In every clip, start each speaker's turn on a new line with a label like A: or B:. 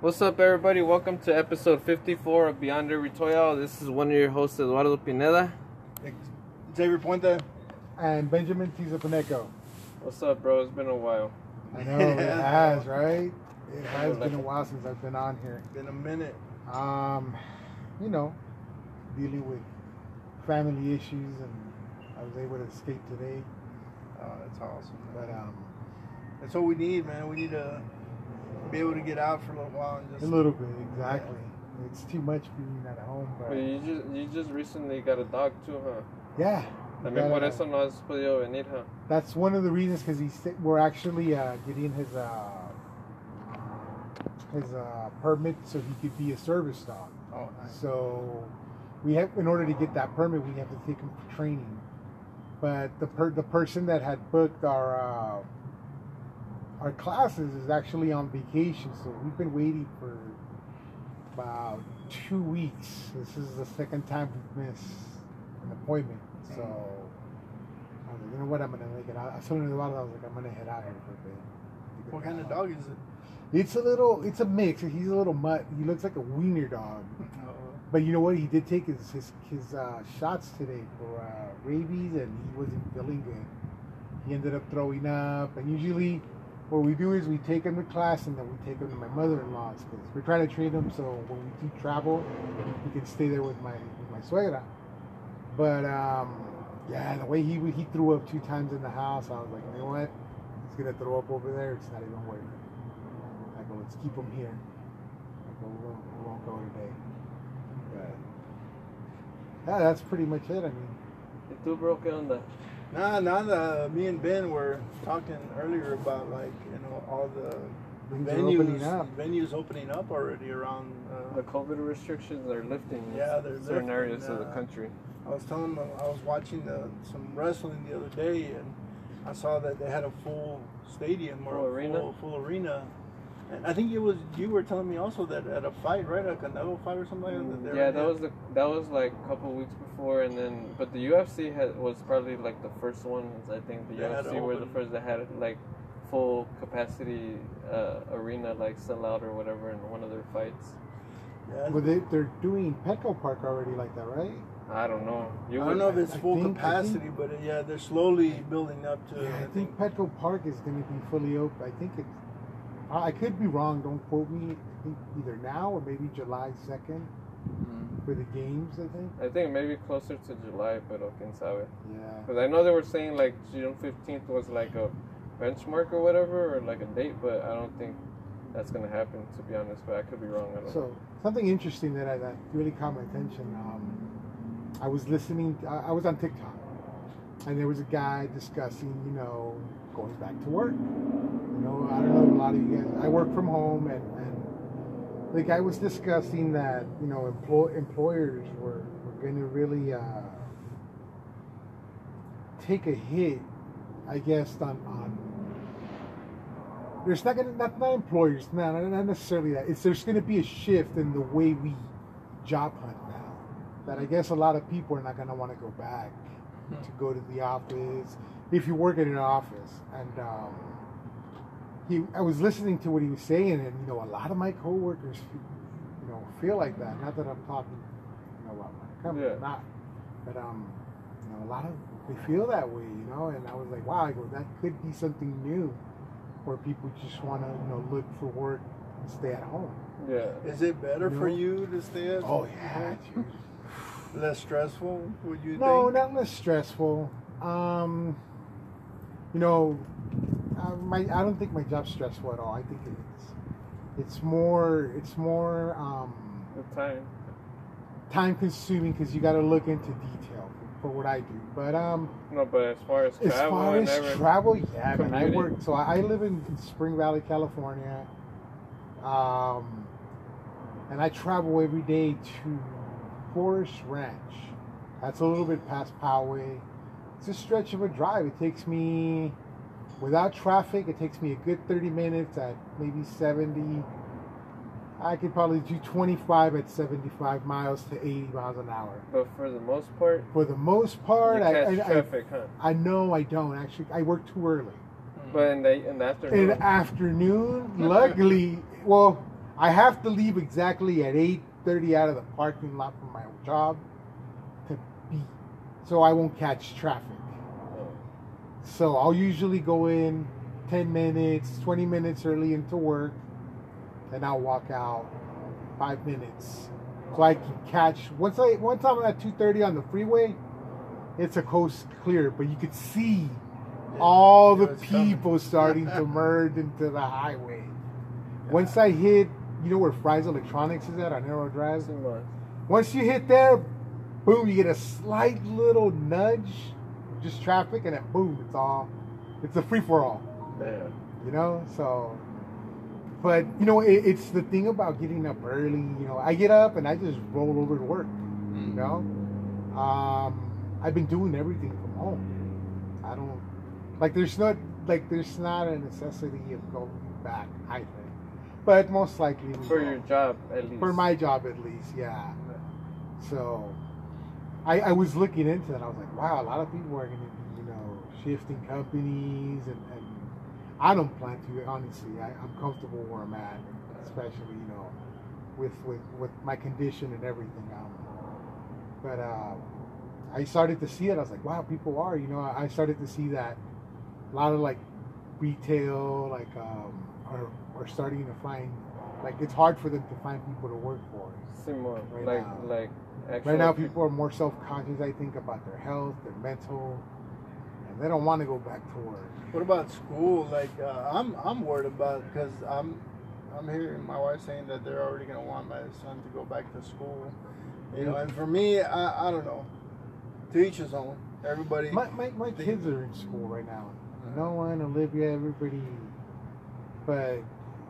A: What's up, everybody? Welcome to episode 54 of Beyond Every Toyo. This is one of your hosts, Eduardo Pineda.
B: Xavier Puente.
C: and Benjamin Tizapaneco.
A: What's up, bro? It's been a while.
C: I know it has, right? It has been a while since I've been on here.
B: Been a minute.
C: Um, you know, dealing with family issues, and I was able to escape today.
B: Oh, that's awesome.
C: But
B: man.
C: um,
B: that's what we need, man. We need to be able to get out for a little while and
C: a
B: just.
C: little bit, exactly. It's too much being at home,
A: But
C: but
A: you just you just recently got a dog too, huh?
C: yeah. we
A: También por
C: gotta-
A: eso no has podido venir, huh?
C: That's one of the reasons because he's we're actually uh, getting his uh, his uh, permit so he could be a service dog.
B: Oh, nice.
C: So we have, in order to get that permit, we have to take him for training. But the per, the person that had booked our uh, our classes is actually on vacation, so we've been waiting for about two weeks. This is the second time we've missed an appointment.
B: Mm.
C: So I was like, you know what, I'm gonna make it out. As soon as I was like, I'm gonna head out here for a bit. Uh,
B: What kind of dog is it?
C: It's a little, it's a mix. He's a little mutt. He looks like a wiener dog.
B: Oh,
C: But you know what? He did take his his, his uh, shots today for uh, rabies, and he wasn't feeling good. He ended up throwing up. And usually, what we do is we take him to class, and then we take him to my mother-in-law's because we're trying to train him so when we do travel, he can stay there with my with my suegra. But um, yeah, the way he he threw up two times in the house, I was like, you know what? He's gonna throw up over there. It's not even worth it. I go, let's keep him here. I go, we won't, we won't go today. But yeah, that's pretty much it. I mean,
A: ¿Y tú, bro? ¿Qué onda?
B: nah, nah. nah. me and Ben were talking earlier about like you know all the
C: things are
B: venues
C: opening up.
B: venues opening up already around. Uh,
A: The COVID restrictions are lifting in
B: Yeah, they're
A: certain
B: lifting,
A: areas of the
B: uh,
A: country.
B: I was telling them I was watching the, some wrestling the other day, and I saw that they had a full stadium or
A: Full
B: a
A: arena?
B: Full, full arena. And I think it was you were telling me also that at a fight, right, a Canelo fight or something. Like that, they
A: Mm, Yeah,
B: were-
A: that was the that was like a couple weeks before, and then but the UFC had was probably like the first ones. I think the
B: They had
A: UFC were the
B: open-
A: first that had like full capacity uh, arena, like sell out or whatever, in one of their fights.
B: Yeah,
C: Well, they, they're doing Petco Park already like that, right?
A: I don't know.
B: I
A: You
B: don't
A: would-
B: know if it's
C: I
B: full
C: think- I
B: capacity,
C: think-
B: but uh, yeah, they're slowly building up to.
C: yeah, I think Petco Park is going to be fully open. I think it's. I I could be wrong. Don't quote me. I think either now or maybe July second for the games. I think.
A: I think maybe closer to July, pero quién sabe.
C: Yeah.
A: Because I know they were saying like June fifteenth was like a benchmark or whatever, or like a date, but I don't think that's gonna happen. To be honest, but I could be wrong. I don't know.
C: So something interesting that I, that really caught my attention. Um, I was listening. I, I was on TikTok, and there was a guy discussing, you know, going back to work. You know, I don't know a lot of you guys. I work from home, and, and the guy was discussing that you know employ, employers were, were going to really uh, take a hit, I guess, on on there's not gonna not, not employers no no, not necessarily that it's there's gonna be a shift in the way we job hunt now that i guess a lot of people are not gonna want to go back to go to the office if you work in an office and um he i was listening to what he was saying and you know a lot of my coworkers you know feel like that not that i'm talking you know about my company
A: Yeah.
C: not but um you know a lot of they feel that way you know and i was like wow i go that could be something new where people just want to you know look for work and stay at home.
A: yeah.
B: Is it better for
C: No.
B: you to stay at?
C: Oh yeah, dude.
B: Less stressful, would you
C: no,
B: think?
C: not less stressful. Um, you know, uh, my I don't think my job's stressful at all. I think it's it's more it's more um,
A: The time.
C: time consuming because you got to look into detail for what I do. But um,
A: No, but as far as
C: As
A: travel
C: far
A: and
C: as
A: everything.
C: travel, yeah, man. I
A: commuting.
C: work, so I I live in Spring Valley, California, um, and I travel every day to Forest Ranch. That's a little bit past Poway. It's a stretch of a drive. It takes me, without traffic, it takes me a good 30 minutes at maybe 70. I could probably do 25 at 75 miles to 80 miles an hour.
A: but for the most part,
C: For the most part,
A: you
C: I,
A: catch
C: I, I,
A: traffic, huh?
C: I know I don't actually. I work too early.
A: But in the in the afternoon,
C: In the afternoon, luckily, well, I have to leave exactly at eight thirty out of the parking lot for my job to be, so I won't catch traffic. So I'll usually go in ten minutes, twenty minutes early into work, and I'll walk out five minutes so I can catch. Once I once I'm at two thirty on the freeway, it's a coast clear, but you could see all
B: Yeah,
C: the
B: it's coming.
C: people starting to merge into the highway. Once I hit, you know where Fry's Electronics is at on Arrow Drive.
A: Pretty much.
C: Once you hit there, boom, you get a slight little nudge, just traffic, and then boom, it's all, it's a free for all
A: Yeah.
C: you know so but you know it, it's the thing about getting up early you know i get up and i just roll over to work you know um i've been doing everything from home i don't like there's not like there's not a necessity of going back i think but most likely we
A: For
C: will.
A: your job, at least.
C: for my job at least yeah so I, I was looking into that. I was like, wow, a lot of people are going to be, you know, shifting companies. And, and I don't plan to, honestly. I, I'm comfortable where I'm at, especially, you know, with, with, with my condition and everything. Um, but uh, I started to see it. I was like, wow, people are, you know, I I started to see that a lot of like retail, like, um, are, are starting to find, like, it's hard for them to find people to work for.
A: Simon,
C: Right
A: like,
C: now.
A: like, actual
C: Right now, people are more self-conscious, I think, about their health, their mental, and they don't want to go back to work.
B: What about school? Like, uh, I'm I'm worried about because I'm I'm hearing my wife saying that they're already gonna want my son to go back to school. You know, and for me, I, I don't know. To each his own. Everybody.
C: My, my, my
B: They-
C: kids are in school right now. No one, Olivia, everybody, but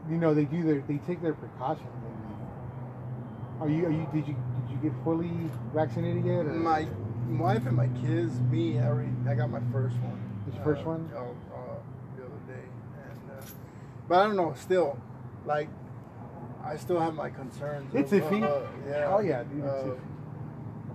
C: you know they do their they take their precautions. And are you are you did you did you get fully vaccinated yet? Or
B: my wife and my kids. Me, I already I got my first one.
C: this first one?
B: Uh, oh, uh, the other day, and uh, but I don't know. Still, like, I still have my concerns.
C: It's
B: of-
C: iffy.
B: uh, yeah.
C: Oh yeah, dude. it's
B: Uh,
C: if-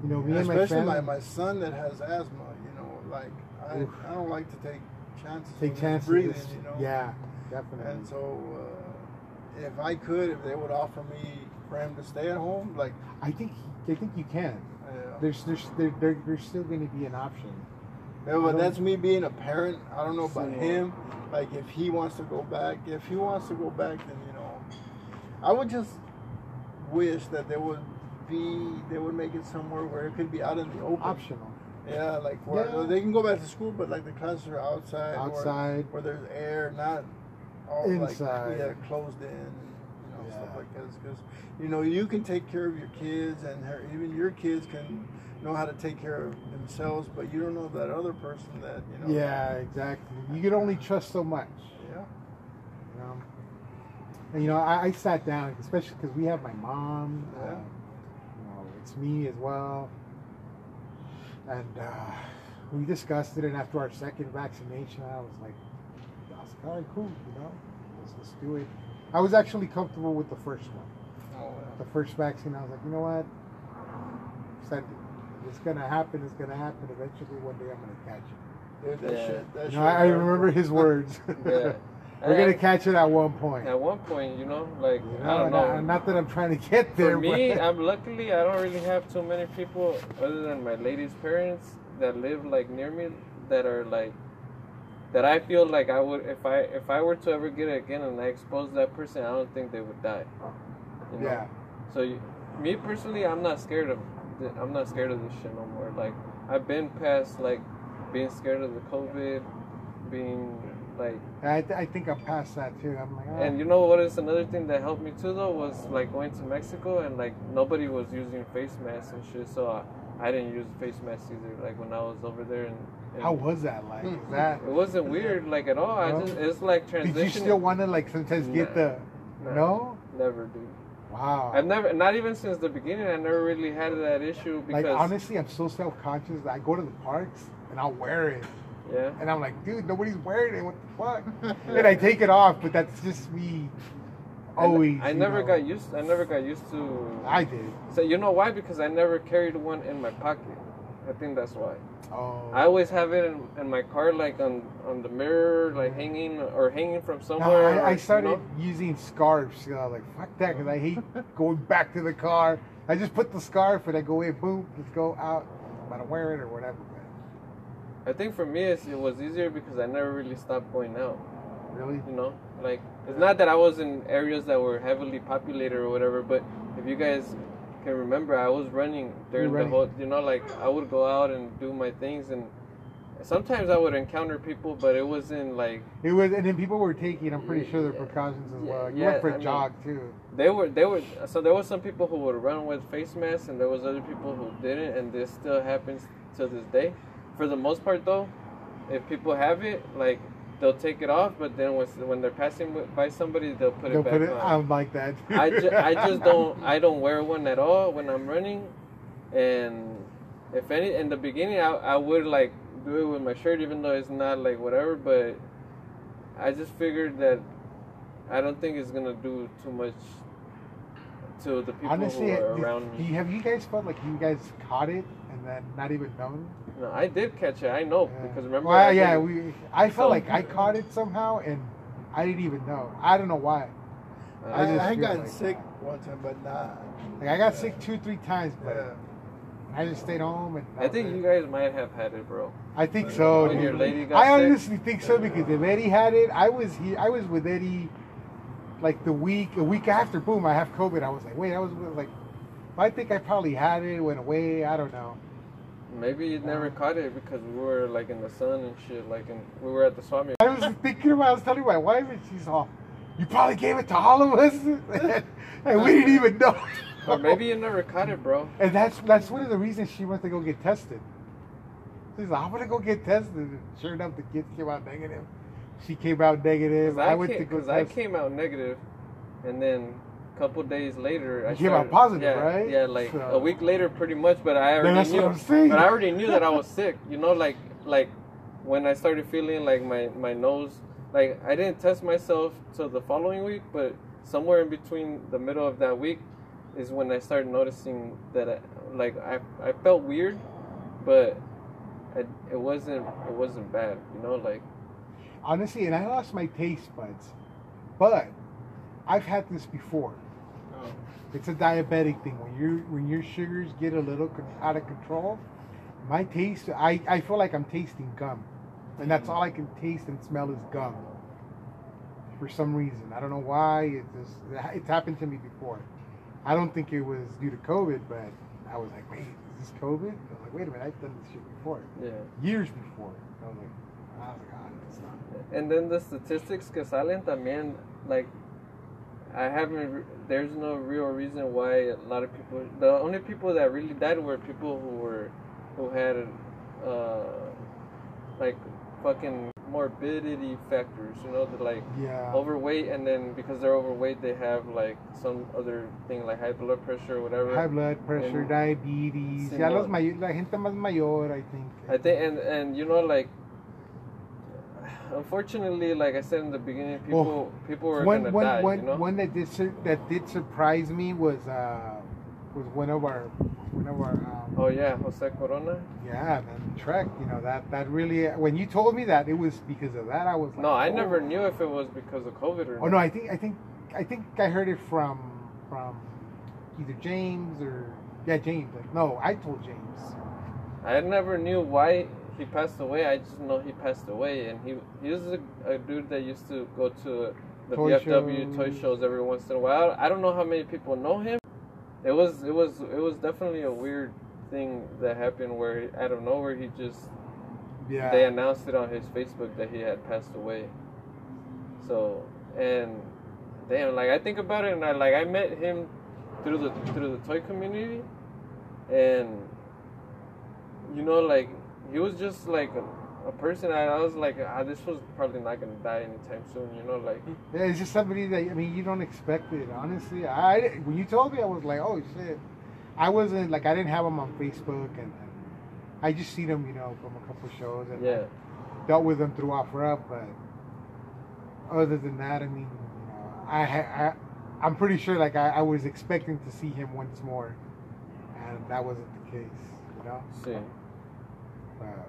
C: you know me and my
B: especially
C: family
B: my, my son that has asthma. You know, like I,
C: Oof.
B: I don't like to take chances. when
C: take
B: it's
C: chances.
B: Breathing,
C: It's-
B: you know.
C: Yeah, definitely.
B: And so, uh, if I could, if they would offer me for him to stay at home, like, uh,
C: I think I think you can.
B: yeah.
C: There's there's there, there, there's still going to be an option.
B: yeah but that's me being a parent. I don't know about
A: Sure.
B: him. Like, if he wants to go back, if he wants to go back, then you know, I would just wish that there would be they would make it somewhere where it could be out in the open.
C: Optional.
B: Yeah, like where
C: Yeah.
B: they can go back to school, but like the classes are outside. or-
C: outside.
B: where there's air, not all
C: Inside.
B: like yeah, closed in, you know, stuff
C: Yeah.
B: like that. Because you know you can take care of your kids, and her, even your kids can know how to take care of themselves, but you don't know that other person that you know.
C: Yeah, exactly. You can only trust so much.
B: Yeah.
C: You know? Um, And you know, I, I sat down, especially because we have my mom. uh,
B: Yeah.
C: you know, it's me as well. And uh, we discussed it, and after our second vaccination, I was like, I was like, all right, cool, you know, let's, let's do it. I was actually comfortable with the first one.
B: Oh, yeah.
C: the first vaccine, I was like, you know what? Send it. If It's gonna happen. It's gonna happen. Eventually, one day I'm gonna catch it.
B: Dude, that
A: Yeah.
B: shit. That
C: You
B: shit
C: know, I, I
B: was
C: remember
B: horrible.
C: his words.
A: Yeah.
C: We're gonna catch it at one point.
A: At one point, you know, like,
C: You
A: I
C: know,
A: don't
C: and
A: know.
C: I- not that I'm trying to get there.
A: For me,
C: but-
A: I'm luckily I don't really have too many people other than my lady's parents that live like near me that are like that I feel like I would if I if I were to ever get it again and I exposed that person, I don't think they would die. You know?
C: yeah,
A: So you, me personally, I'm not scared of th- I'm not scared of this shit no more. Like I've been past like being scared of the COVID, being like
C: I, th- I think I'm past that too. I'm like, oh,
A: and you know what is another thing that helped me too though was like going to Mexico and like nobody was using face masks and shit, so I, I didn't use face masks either. Like when I was over there and, and
C: "Oh, how was that like?
A: Hmm.
C: Is that?
A: it wasn't weird like at all. I
C: No?
A: just it's like
C: Did
A: transition.
C: you still want to like sometimes get the?
A: Nah,
C: No.
A: never do.
C: Wow.
A: I've never not even since the beginning. I never really had that issue because
C: like honestly, I'm so self-conscious. that I go to the parks and I'll wear it.
A: yeah.
C: And I'm like, dude, nobody's wearing it. What the fuck? and I take it off, but that's just me.
A: I n-
C: Always.
A: I,
C: you
A: never
C: know.
A: got used. I never got used to.
C: I did.
A: So you know why? Because I never carried one in my pocket. I think that's why.
C: Oh.
A: I always have it in, in my car, like on on the mirror, like hanging or hanging from
C: No,
A: somewhere.
C: I,
A: or,
C: I
A: you
C: started
A: know?
C: using scarves. You know, like fuck that, because I hate going back to the car. I just put the scarf and I go in, boom, let's go out. I'm gonna wear it or whatever. But
A: I think for me, it's, it was easier because I never really stopped going out.
C: really,
A: You know, like it's not that I was in areas that were heavily populated or whatever, but if you guys can remember, I was running during
C: running.
A: the whole. You know, like I would go out and do my things, and sometimes I would encounter people, but it wasn't like
C: it was. And then people were taking. I'm pretty sure their
A: Yeah.
C: precautions as well. You
A: Yeah,
C: went for
A: I
C: a
A: mean-
C: jog too.
A: They were, they were. So there was some people who would run with face masks, and there was other people who didn't, and this still happens to this day. For the most part, though, if people have it, like they'll take it off, but then when, when they're passing wi- by somebody, they'll put
C: Don't
A: it back
C: put it.
A: on.
C: I'm like that.
A: I, ju- I just don't. I don't wear one at all when I'm running, and if any, in the beginning, I I would like do it with my shirt, even though it's not like whatever, but I just figured that I don't think it's gonna do too much to the people
C: Honestly,
A: who are
C: do-
A: around
C: do
A: me.
C: you, have you guys felt like you guys caught it and then not even known?
A: No, I did catch it. I know
C: Yeah.
A: Oh, because remember.
C: Well,
A: I
C: yeah,
A: said-
C: we. I felt
A: So-
C: like I caught it somehow, and I didn't even know. I don't know why.
B: I,
A: I,
C: just
B: I,
C: feel
B: got
C: like-
B: sick one time, but not.
C: Like I got sick two, three times, but
B: Yeah.
C: I just stayed home. And
A: I think you guys might have had it, bro.
C: I think so.
A: When your
C: dude.
A: lady got
C: I
A: sick?
C: honestly think so because if Eddie had it, I was here. I was with Eddie, like the week, a week after. Boom, I have COVID. I was like, wait, I was like, I think I probably had it. Went away. I don't know.
A: Maybe you never caught it because we were like in the sun and shit. Like, in, we were at the swami.
C: I was thinking about. I was telling my wife, and she's all, "You probably gave it to all of us, and we didn't even know."
A: Or maybe you never caught it, bro.
C: And that's that's one of the reasons she went to go get tested. She's like, I'm gonna go get tested. And sure enough, the kids came out negative. She came out negative.
A: Because
C: I,
A: I,
C: went
A: ca-
C: to go
A: 'cause I
C: test.
A: came out negative, and then a couple days later, I
C: You came out
A: started-
C: positive,
A: yeah,
C: right?
A: Yeah, like a
C: So-
A: week later, pretty much. But I already
C: that's what
A: knew.
C: I'm saying.
A: But I already knew that I was sick. You know, like like when I started feeling like my my nose, like I didn't test myself till the following week, but somewhere in between the middle of that week is when I started noticing that I, like I I felt weird, but. I, it wasn't it wasn't bad, you know. Like
C: Honestly, and I lost my taste buds, but I've had this before.
B: Oh.
C: It's a diabetic thing. When you when your sugars get a little con- out of control, my taste I, I feel like I'm tasting gum, and that's all I can taste and smell is gum. For some reason, I don't know why. It just it's happened to me before. I don't think it was due to COVID, but I was like, wait, is this COVID? I was like, wait a minute, I've done this shit before,
A: yeah.
C: years before. I was like, oh god, it's not.
A: And then the statistics que salen también, like, I haven't, re- there's no real reason why a lot of people, the only people that really died were people who were, who had, uh, like, fucking morbidity factors, you know, the, like,
C: Yeah.
A: overweight, and then because they're overweight, they have, like, some other thing, like high blood pressure or whatever.
C: High blood pressure,
A: And-
C: diabetes.
A: Sí,
C: Ya
A: no.
C: los may- la gente más mayor, I think.
A: I think, and, and, you know, like, unfortunately, like I said in the beginning, people, people were
C: one,
A: gonna
C: one,
A: die,
C: one,
A: you know?
C: one that did sur- that did surprise me was uh, was one of our one of our um,
A: Oh yeah, Jose Corona.
C: yeah man Trek you know that that really when you told me that it was because of that I was like
A: No, I
C: oh.
A: never knew if it was because of COVID or
C: oh no I think I think I think I heard it from from either James or yeah James like no I told James
A: I never knew why he passed away. I just know he passed away, and he he was a, a dude that used to go to the
C: Toy
A: VFW
C: shows.
A: toy shows every once in a while. I don't know how many people know him. It was it was it was definitely a weird thing that happened where out of nowhere he just
C: yeah
A: they announced it on his Facebook that he had passed away. So and damn, like I think about it, and I like I met him through the through the toy community, and you know, like he was just like a, a person. I, I was like, ah, this was probably not gonna die anytime soon. You know, like
C: Yeah, it's just somebody that I mean you don't expect it. Honestly, I I- when you told me I was like, oh shit, I wasn't like I didn't have him on Facebook and I just seen him you know from a couple shows and
A: yeah,
C: dealt with him through Offer Up, but other than that, I mean, you know, I, ha- I I'm pretty sure like I, I was expecting to see him once more, and that wasn't the case. You know,
A: see.
C: Wow.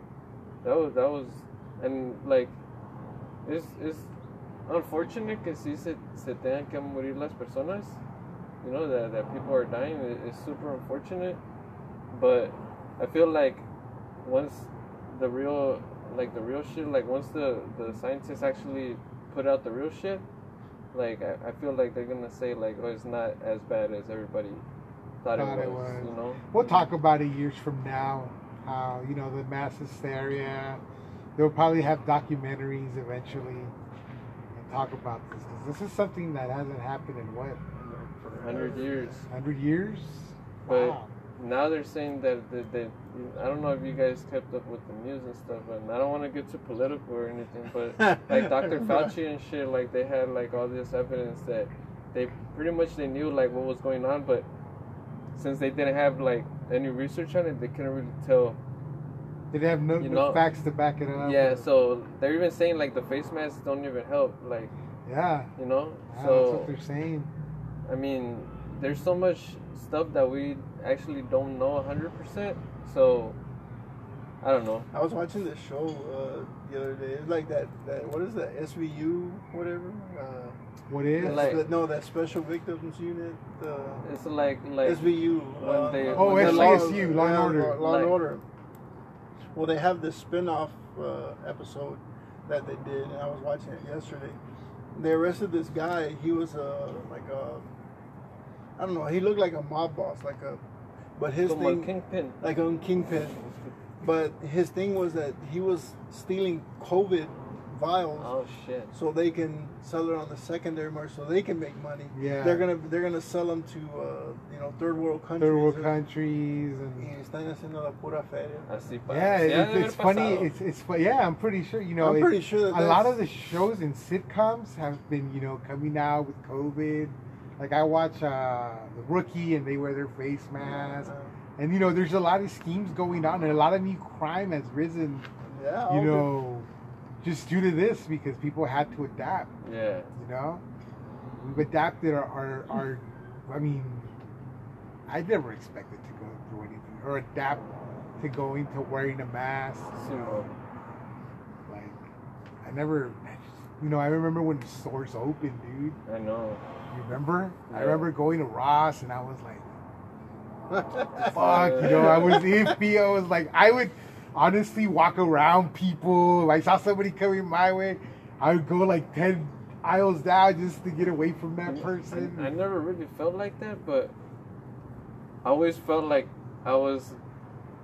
A: that was that was and like es es unfortunate que sí se, se tengan que morir las personas you know that, that people are dying It- it's super unfortunate but I feel like once the real like the real shit like once the the scientists actually put out the real shit like I, I feel like they're gonna say like oh it's not as bad as everybody thought,
C: Thought
A: it,
C: it
A: was,
C: was.
A: you know
C: We'll talk about it years from now. How you know the mass hysteria. They'll probably have documentaries eventually and talk about this 'cause this is something that hasn't happened in what
A: hundred years
C: hundred years.
A: But-
C: wow.
A: now they're saying that that that I don't know if you guys kept up with the news and stuff, and I don't want to get too political or anything, but like Dr. Fauci and shit, like they had like all this evidence that they pretty much they knew like what was going on, but since they didn't have like any research on it, they couldn't really tell.
C: Did they have no,
A: You
C: no
A: know-
C: facts to back it up?
A: Yeah,
C: or-
A: so they're even saying like the face masks don't even help, like
C: yeah,
A: you know.
C: yeah, Ah, that's what
A: So
C: they're saying.
A: I mean, there's so much stuff that we actually don't know hundred percent. So I don't know.
B: I was watching this show uh, the other day. It's like that, that what is that SVU whatever? Uh,
C: What is?
A: Yeah,
B: that's
A: like-
B: the, no, that Special Victims Unit. The
A: It's like like
B: SVU.
A: when they-
C: Oh,
B: the
C: SVSU, Law and
B: yeah,
C: Order.
B: Law, Law uh, and
A: Like-
B: Order. Well, they have this spin-off uh, episode that they did, and I was watching it yesterday. They arrested this guy. He was a like a I don't know. He looked like a mob boss, like a but his
A: como el
B: thing
A: kingpin.
B: like on Kingpin. But his thing was that he was stealing COVID vials
A: Oh shit.
B: so they can sell it on the secondary market, so they can make money.
C: Yeah.
B: they're gonna they're gonna sell them to uh, you know third world countries.
C: Third world countries and
B: Y están haciendo la pura feria.
A: Así pasa.
C: yeah,
A: Sí, ha
C: it,
A: de haber
C: it's funny.
A: pasado.
C: It's it's fu- yeah. I'm pretty sure you know.
B: I'm
C: it-
B: pretty sure that
C: a lot
B: that's-
C: of the shows and sitcoms have been you know coming out with COVID. Like I watch uh, the Rookie and they wear their face masks, and you know there's a lot of schemes going on and a lot of new crime has risen.
B: yeah,
C: You
B: all
C: know, just due to this because people had to adapt.
A: Yeah.
C: You know, we've adapted our, our, our I mean, I never expected to go through anything or adapt to going to wearing a mask. You know,
A: Simple.
C: like I never, you know, I remember when the stores opened, dude.
A: I know.
C: You remember? I
A: Yeah.
C: remember going to Ross and I was like,
B: good.
C: fuck, you know, I was iffy. I was like, I would honestly walk around people. If I saw somebody coming my way, I would go like 10 aisles down just to get away from that person.
A: I, I never really felt like that, but I always felt like I was,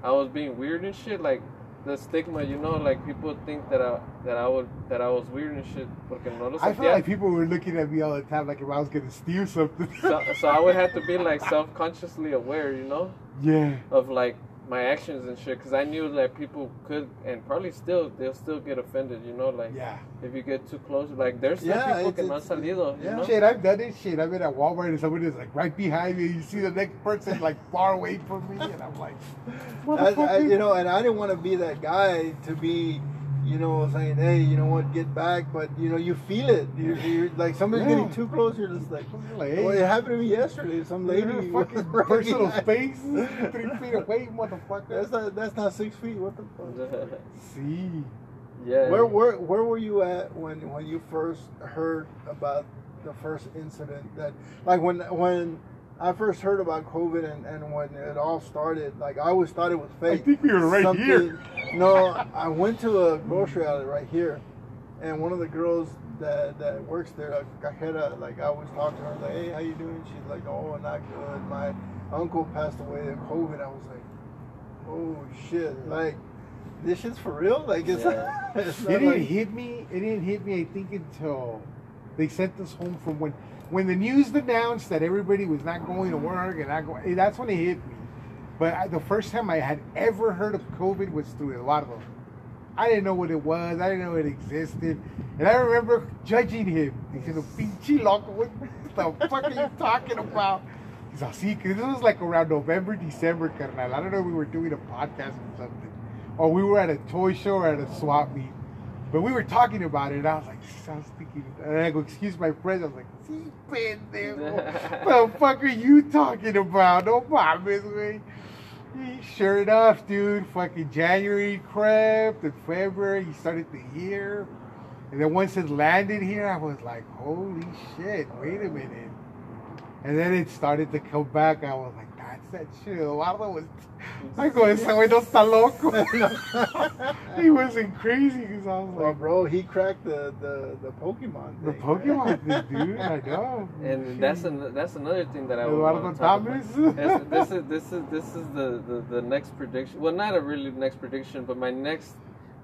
A: I was being weird and shit. Like the stigma, you know, like people think that I that I would that I was weird and shit. Porque no lo
C: I felt
A: sentía.
C: like people were looking at me all the time, like if I was gonna steal something.
A: so, so I would have to be like self consciously aware, you know,
C: yeah,
A: of like my actions and shit, because I knew that people could and probably still they'll still get offended, you know, like
C: yeah.
A: if you get too close, like there's some
B: Yeah,
A: people que
B: it's-
A: no han
B: it's-
A: salido, you
B: yeah.
A: know.
C: Shit, I've done this shit. I've been at Walmart and somebody is like right behind me. You see the next person like far away from me, and I'm like,
B: I, I,
C: motherfucker.
B: you know, and I didn't want to be that guy to be, you know, saying, hey, you know what, get back. But, you know, you feel it. You're, you're like, somebody's
C: Yeah.
B: getting too close. You're just like,
C: Like,
B: well,
C: hey.
B: it happened to me yesterday. Some Oh, lady.
C: Your fucking
B: right
C: personal
B: behind-
C: space is three feet away, motherfucker.
B: That's not, that's not six feet. What the fuck?
C: See,
A: yeah.
B: Where, where, where were you at when, when you first heard about the first incident that, like, when, when I first heard about COVID and, and when it all started, like, I always thought it was
C: I
B: fake.
C: think we were right
B: something-
C: here.
B: No, I went to a grocery outlet right here, and one of the girls that, that works there, uh, Cajera, like I always talk to her, like, hey, how you doing? She's like, oh, not good. My uncle passed away of COVID. I was like, oh shit, like this shit's for real. Like it's,
A: Yeah.
B: it's
C: It
B: not
C: didn't
B: like-
C: hit me. It didn't hit me. I think until they sent us home from when, when the news announced that everybody was not going to work and not going. That's when it hit me. But I, the first time I had ever heard of COVID was through Eduardo. I didn't know what it was. I didn't know it existed. And I remember judging him. He's in a pinchy loco. What the fuck are you talking about? He's all, see, 'cause this was like around November, December, carnal. I don't know if we were doing a podcast or something. Or we were at a toy show or at a swap meet. But we were talking about it, and I was like, I was thinking, and I go, excuse my friends. I was like, see, pendejo. What the fuck are you talking about? No mames, güey. Sure enough, dude, fucking January crept and February, he started the year. And then once it landed here, I was like, holy shit, wait a minute. And then it started to come back. I was like, that's that shit. Eduardo was, I go, ese güey no está loco. he wasn't crazy because I was
B: Well,
C: like,
B: bro, he cracked the the the Pokemon.
C: the
B: thing,
C: Pokemon
B: man.
C: thing, dude, I know.
A: And
C: Shit.
A: that's an, that's another thing that I would
C: Eduardo
A: want to talk about. That's-
C: Thomas.
A: this is this is this is the, the the next prediction. Well, not a really next prediction, but my next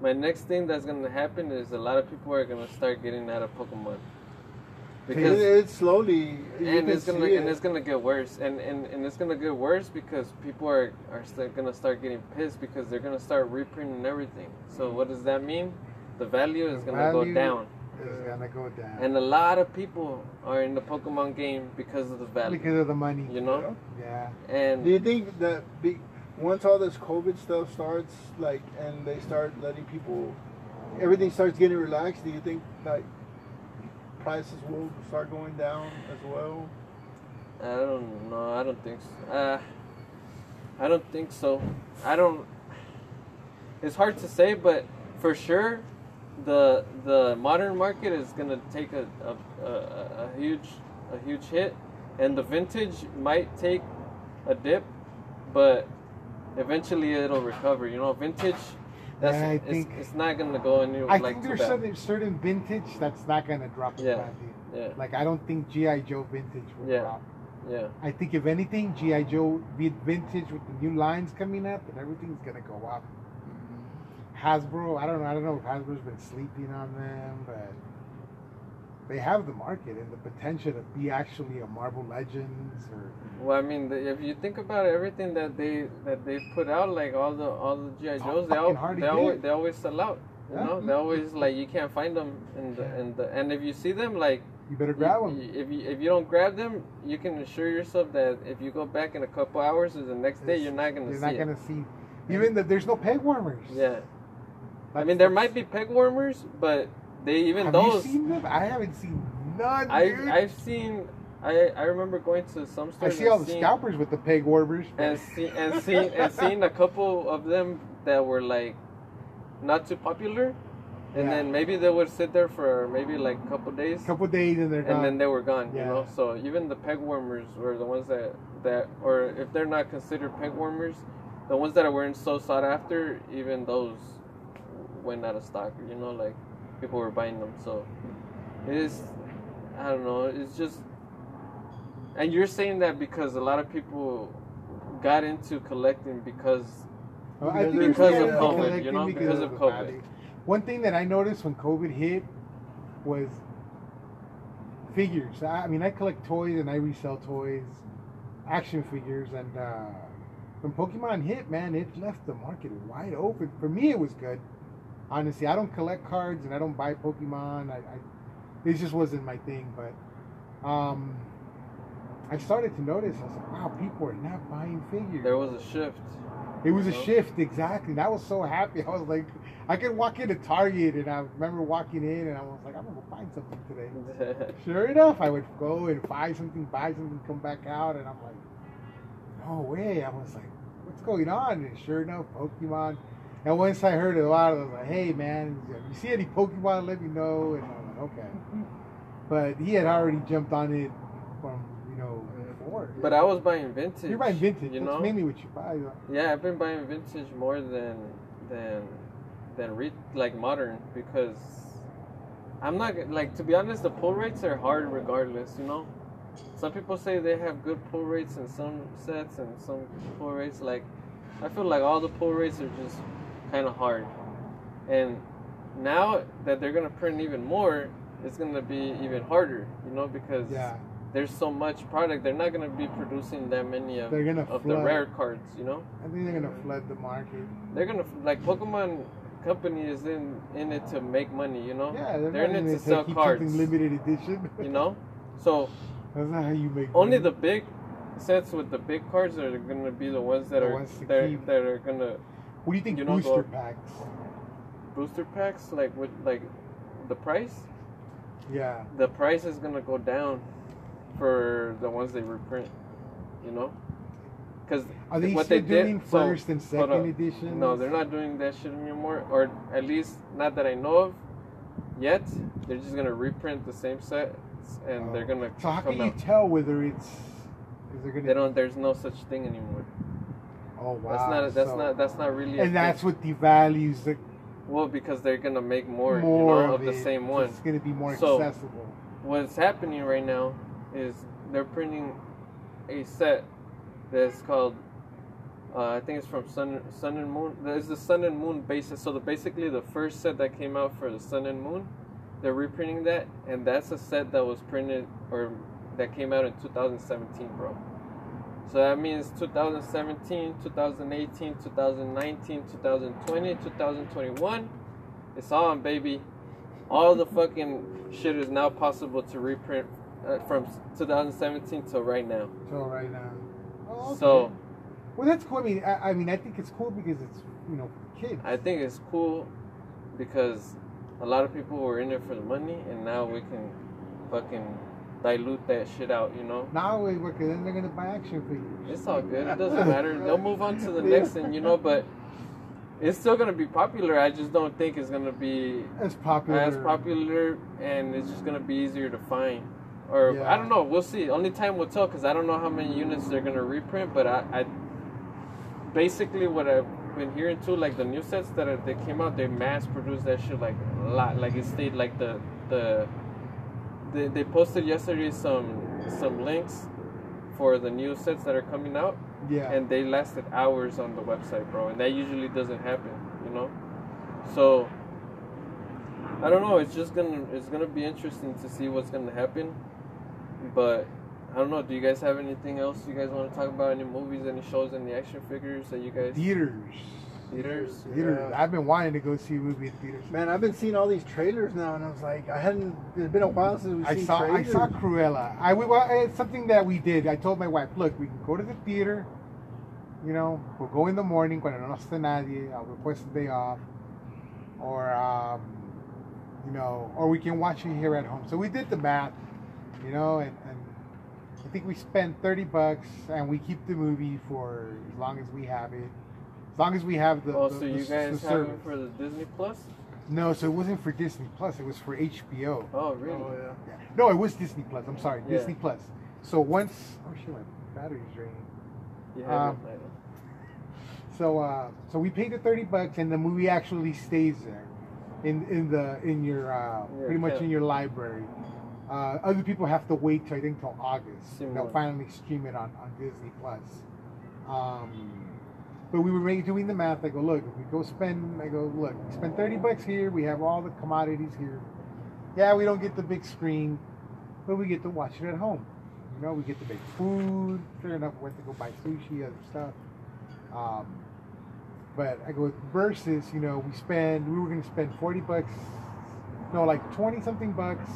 A: my next thing that's gonna happen is a lot of people are gonna start getting out of Pokemon
B: It-
A: because
B: it's slowly. you
A: and
B: can
A: it's gonna
B: see
A: and
B: it.
A: it's gonna get worse and, and and it's gonna get worse because people are are start, gonna start getting pissed because they're gonna start reprinting everything.
B: Mm-hmm.
A: So what does that mean? The value is
C: The
A: gonna go
C: value-
A: down,
C: It's gonna go down.
A: and a lot of people are in the Pokemon game because of the value.
C: because of the money.
A: You know,
C: Yeah.
A: and
B: Do you think that be, once all this COVID stuff starts, like, and they start letting people, everything starts getting relaxed? Do you think like prices will start going down as well?
A: I don't know. I don't think. So. Uh, I don't think so. I don't. It's hard to say, but for sure, the the modern market is gonna take a a, a, a- a huge a huge hit, and the vintage might take a dip, but eventually it'll recover. You know, vintage. That's,
C: Yeah, I
A: it's,
C: think-
A: it's not gonna go anywhere.
C: I
A: like,
C: think
A: too
C: there's
A: bad.
C: certain, certain vintage that's not gonna drop in
A: Yeah.
C: value.
A: Yeah,
C: Like I don't think GI Joe vintage will
A: Yeah.
C: drop.
A: yeah.
C: I think if anything, GI Joe vi- vintage with the new lines coming up and everything's gonna go up. Hasbro, I don't know. I don't know if Hasbro's been sleeping on them, but they have the market and the potential to be actually a Marvel Legends or
A: Well, I mean, the, if you think about everything that they that they put out, like all the all the GI
C: It's all
A: Joes, they,
C: fucking
A: all,
C: hard to
A: they always
C: get.
A: they always sell out. You
C: Yeah.
A: know, they always like you can't find them, and the,
C: Yeah.
A: and the, and if you see them, like
C: you better
A: you-
C: grab them.
A: you- if you if you don't grab them, you can assure yourself that if you go back in a couple hours or the next day,
C: It's-
A: you're not gonna
C: You're
A: see
C: not
A: it.
C: gonna see. Even that there's no peg warmers.
A: Yeah, I
C: That's-
A: mean there might be peg warmers, but they even
C: Have
A: those
C: you seen them? I haven't seen none,
A: I
C: dude.
A: I've seen. I, I remember going to some
C: I
A: stores.
C: see
A: and
C: all the
A: seeing-
C: scalpers with the peg warmers.
A: and see, and see, and seeing a couple of them that were like not too popular, and
C: Yeah.
A: then maybe they would sit there for maybe like a couple days,
C: couple days and they're
A: and
C: gone.
A: then they were gone. You
C: Yeah.
A: know, so even the peg warmers were the ones that that, or if they're not considered peg warmers, the ones that weren't so sought after, even those went out of stock. You know, like people were buying them, so it is. I don't know. It's just, and you're saying that because a lot of people got into collecting because
C: Well, I think
B: Because
C: it's
B: of
C: because
B: COVID, you
C: collecting
A: know, because of
C: the
A: COVID.
C: value. One thing that I noticed when COVID hit was figures. I, I mean, I collect toys and I resell toys, action figures, and uh, when Pokemon hit, man, it left the market wide open. For me, it was good. Honestly, I don't collect cards and I don't buy Pokemon. I, I it just wasn't my thing, but. Um, I started to notice. I was like, "Wow, people are not buying figures."
A: there was a shift.
C: It was a
A: You know?
C: shift, exactly. And I was so happy. I was like, I could walk into Target, and I remember walking in, and I was like, I'm gonna go find something today. Sure enough, I would go and buy something, buy something, come back out, and I'm like, no way. I was like, what's going on? And sure enough, Pokemon. And once I heard it a lot, I was like, hey man, if you see any Pokemon, let me know. And I'm like, okay. But he had already jumped on it from you know before.
A: but I was buying vintage.
C: you're buying vintage.
A: You
C: That's
A: know,
C: mainly what you buy.
A: Yeah, I've been buying vintage more than than than re- like modern because I'm not g- like to be honest. The pull rates are hard regardless. You know, some people say they have good pull rates in some sets and some pull rates like I feel like all the pull rates are just kind of hard. And now that they're gonna print even more, it's gonna be even harder. You know because
C: Yeah.
A: there's so much product. They're not gonna be producing that many of
C: They're gonna
A: of the
C: flood.
A: rare cards. You know.
C: I think they're gonna flood the market.
A: they're gonna like Pokemon company is in in it to make money, you know.
C: Yeah,
A: they're in
C: not
A: it
C: gonna
A: to sell
C: keep
A: cards,
C: Something limited edition.
A: you know. So
C: That's not how you make.
A: only the
C: money.
A: big sets with the big cards are gonna be the ones that
C: The
A: are
C: ones to
A: that, are-
C: keep.
A: that are gonna
C: What do you think
A: you know, go-
C: booster packs?
A: booster packs like with like the price.
C: Yeah,
A: The price is gonna go down for the ones they reprint, you know. because
C: Are they
A: what
C: still
A: they did-
C: doing
A: so,
C: first and
A: hold
C: second
A: on.
C: edition?
A: No, they're not doing that shit anymore, or at least not that I know of yet. They're just gonna reprint the same set, and they're gonna
C: So how can
A: come
C: you
A: out.
C: tell whether it's is there gonna?
A: They don't. There's no such thing anymore.
C: oh wow!
A: That's not. That's
C: so-
A: not. That's not really. a
C: And that's
A: thing.
C: what devalues the
A: well because they're gonna make more,
C: more
A: you know, of,
C: of,
A: the
C: it,
A: same
C: so
A: one.
C: It's gonna be more
A: So-
C: accessible.
A: What's happening right now is they're printing a set that's called. Uh, I think it's from Sun, Sun and Moon. There's the Sun and Moon basis. So the, basically, the first set that came out for the Sun and Moon, they're reprinting that, and that's a set that was printed or that came out in 2017, bro. So that means 2017, 2018, 2019, 2020, 2021. It's on, baby. All the fucking shit is now possible to reprint uh, from 2017 till right now.
C: So right now. Oh, okay.
A: So
C: well, that's cool. I mean, I, I mean, I think it's cool because it's you know kids.
A: I think it's cool because a lot of people were in it for the money, and now we can fucking dilute that shit out, you know?
C: Now we work, and then they're gonna buy action figures.
A: It's all good. It doesn't matter. They'll move on to the next thing, you know. But it's still gonna be popular. I just don't think it's gonna be
C: It's popular.
A: as popular, and it's just gonna be easier to find. Or I don't know. We'll see. Only time will tell because I don't know how many units they're gonna reprint. But I, I basically what I've been hearing too, like the new sets that are, that came out, they mass produced that shit like a lot. Like it stayed like the the they, they posted yesterday some some links for the new sets that are coming out
C: Yeah.
A: and they lasted hours on the website, bro. And that usually doesn't happen, you know. So I don't know. It's just gonna it's gonna be interesting to see what's gonna happen. But I don't know. Do you guys have anything else you guys want to talk about? Any movies, any shows, any action figures that you guys
C: theaters.
A: theaters?
C: Theaters.
B: Yeah.
C: I've been wanting to go see a movie in theaters.
B: Man, I've been seeing all these trailers now, and I was like, I hadn't. It's been a while since we've
C: I
B: seen
C: saw I
B: trailers.
C: saw Cruella. I we well, it's something that we did. I told my wife, look, we can go to the theater. You know, we'll go in the morning when no está nadie. I'll request a day off, or um, you know, or we can watch it here at home. So we did the math, you know, and, and I think we spent thirty bucks, and we keep the movie for as long as we have it, as long as we have the.
A: Oh,
C: the-
A: so
C: the-
A: you guys
C: the
A: have
C: service.
A: it for the Disney Plus?
C: No, so it wasn't for Disney Plus. It was for HBO.
A: Oh, really?
B: Oh
C: Yeah. No, it was Disney Plus. I'm sorry,
A: Yeah.
C: Disney Plus. So once, oh shit, my battery's draining.
A: You have
C: Um,
A: it. like-
C: So uh, so we paid the thirty bucks, and the movie actually stays there, in in the in your uh,
A: Yeah,
C: pretty much
A: yeah.
C: in your library. Uh, other people have to wait till I think till August.
A: Same
C: They'll
A: one.
C: finally stream it on on Disney Plus. Um, but we were making, doing the math. I go, look, if we go spend, I go, look, we spend thirty bucks here. We have all the commodities here. Yeah, we don't get the big screen, but we get to watch it at home. You know, we get to make food. Fair enough, we went to go buy sushi, other stuff. Um, but I go versus, you know, we spend we were gonna spend forty bucks, no, like twenty something bucks,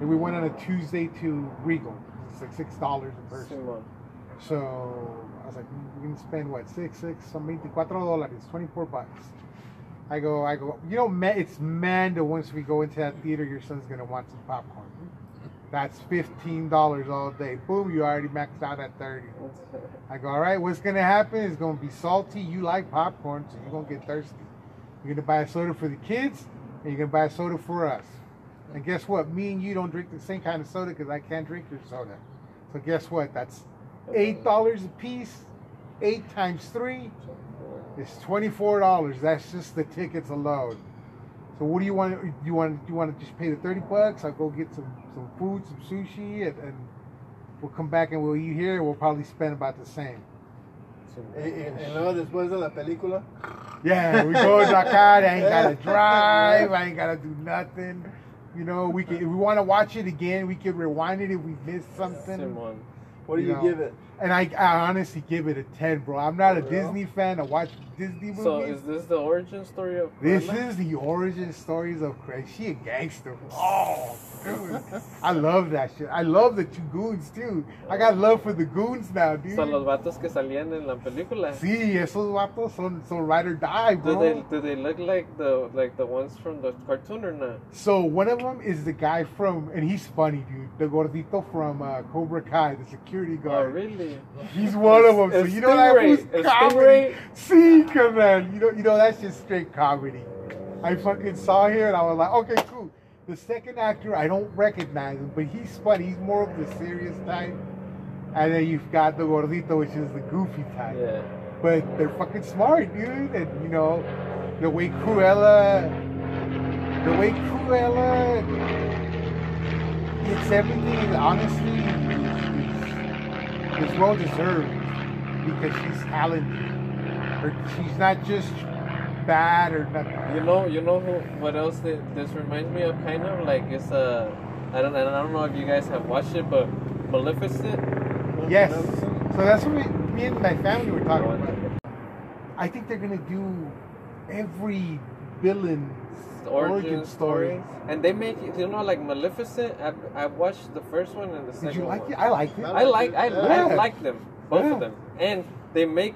C: and we went on a Tuesday to Regal. It's like six dollars a person.
A: Same one.
C: So I was like, "Mm, we can spend what six, six, some veinticuatro dólares, twenty-four bucks. I go, I go. You know, ma- it's manda. Once we go into that theater, your son's gonna want some popcorn. That's fifteen dollars all day. Boom, you already maxed out at thirty. I go, all right. What's gonna happen is gonna be salty. You like popcorn, so you're gonna get thirsty. You're gonna buy a soda for the kids, and you're gonna buy a soda for us. And guess what? Me and you don't drink the same kind of soda because I can't drink your soda. So guess what? That's eight dollars a piece. Eight times three is twenty-four dollars. That's just the tickets alone. So what do you want? You want you want to just pay the thirty bucks? I'll go get some some food, some sushi, and, and we'll come back and we'll eat here. and We'll probably spend about the same.
B: Y, y- y Eh, luego después de la película,
C: Yeah, we go to Dakar. I ain't gotta drive. I ain't gotta do nothing. You know, we can if we want to watch it again, we can rewind it if we miss
A: Same
C: something.
A: one.
B: what do
C: You
B: you,
C: know.
B: give it?
C: And I, I honestly give it a ten, bro. I'm not a
B: For real?
C: Disney fan. I watch Disney movies.
A: So is this the origin story of
C: This
A: Cruella?
C: is the origin stories of Craig. She a gangster. Oh, I love that shit. I love the two goons too. I got love for the goons now, dude.
A: Son los vatos que salían en la película.
C: Sí, esos vatos son, son ride or die,
A: Do
C: bro.
A: they do they look like the like the ones from the cartoon or not?
C: So one of them is the guy from, and he's funny, dude. The gordito from uh, Cobra Kai, the security
A: Oh,
C: guard.
A: really?
C: He's one of them. So
A: It's
C: you know that
A: Stingray.
C: was
A: It's
C: comedy. See, come on. You know, you know that's just straight comedy. I fucking saw him and I was like, okay, cool. The second actor, I don't recognize him, but he's funny. He's more of the serious type. And then you've got the gordito, which is the goofy type.
A: Yeah.
C: But they're fucking smart, dude. And you know, the way Cruella, the way Cruella gets everything is honestly, is- is- is well deserved because she's talented. Her, she's not just bad or nothing.
A: You know, you know who, what else thi- this reminds me of? Kind of like it's uh, I don't, I don't know if you guys have watched it, but Maleficent.
C: Yes. So that's what we, me and my family were talking
A: Oh,
C: about. I think they're gonna do every villain's
A: origin,
C: origin, story.
A: and they make it. You know, like Maleficent. I I watched the first one and the second.
C: Did you like
A: one.
C: it? I liked it.
A: I like I, I
C: Yeah.
A: like them both
C: Yeah.
A: of them, and they make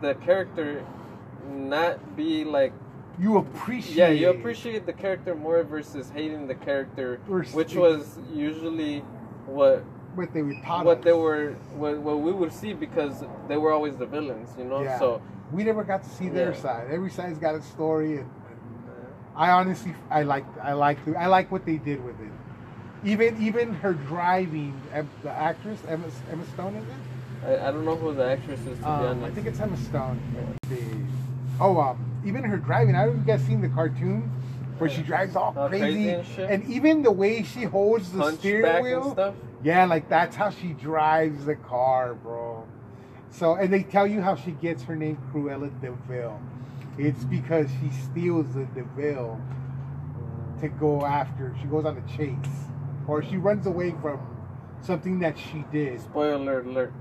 A: the character not be like
C: you appreciate.
A: yeah you
C: it.
A: appreciate the character more versus hating the character,
C: Or
A: which
C: stick-
A: was usually what
C: what they were taught.
A: what
C: us.
A: they were what, what we would see because they were always the villains you know
C: Yeah.
A: so
C: We never got to see their
A: Yeah.
C: side. Every side's got a story, and, and uh, I honestly, I like, I like, I like what they did with it. Even, even her driving, Em- the actress Emma, Emma Stone is it?
A: I, I don't know who the actress is to be
C: Um,
A: honest
C: I think it's Emma Stone. The- oh, um, even her driving. I don't know if you guys seen the cartoon where she drives all
A: All
C: crazy,
A: crazy and shit.
C: even the way she holds the steering
A: hunchback
C: wheel.
A: and stuff
C: Yeah, like that's how she drives the car, bro. So, and they tell you how she gets her name Cruella Deville. It's because she steals the Deville to go after. She goes on a chase, or she runs away from something that she did.
A: spoiler alert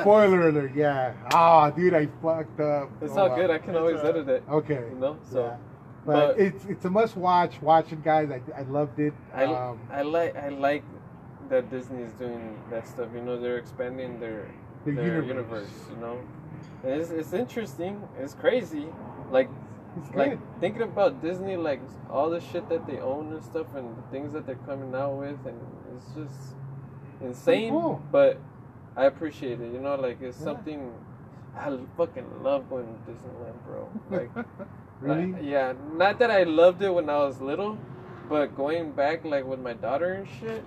C: spoiler alert. Yeah. Ah, dude, I fucked up.
A: it's
C: Oh,
A: all
C: well.
A: good I can
B: It's
A: always
B: all right.
A: edit it
C: Okay.
A: you know so
C: yeah. But,
A: but-
C: it's it's a must watch. Watch it, guys. I, I loved it.
A: I, li-
C: um,
A: I like I like that Disney is doing that stuff you know they're expanding their
C: The
A: their universe.
C: universe.
A: you know And it's, it's interesting it's crazy like
C: it's good.
A: like uh, thinking about Disney, like all the shit that they own and stuff, and the things that they're coming out with, and it's just insane.
C: cool.
A: But I appreciate it, you know. Like it's
C: Yeah.
A: something I l- fucking love going to Disneyland, bro. Like,
C: really?
A: like, yeah. Not that I loved it when I was little, but going back, like with my daughter and shit,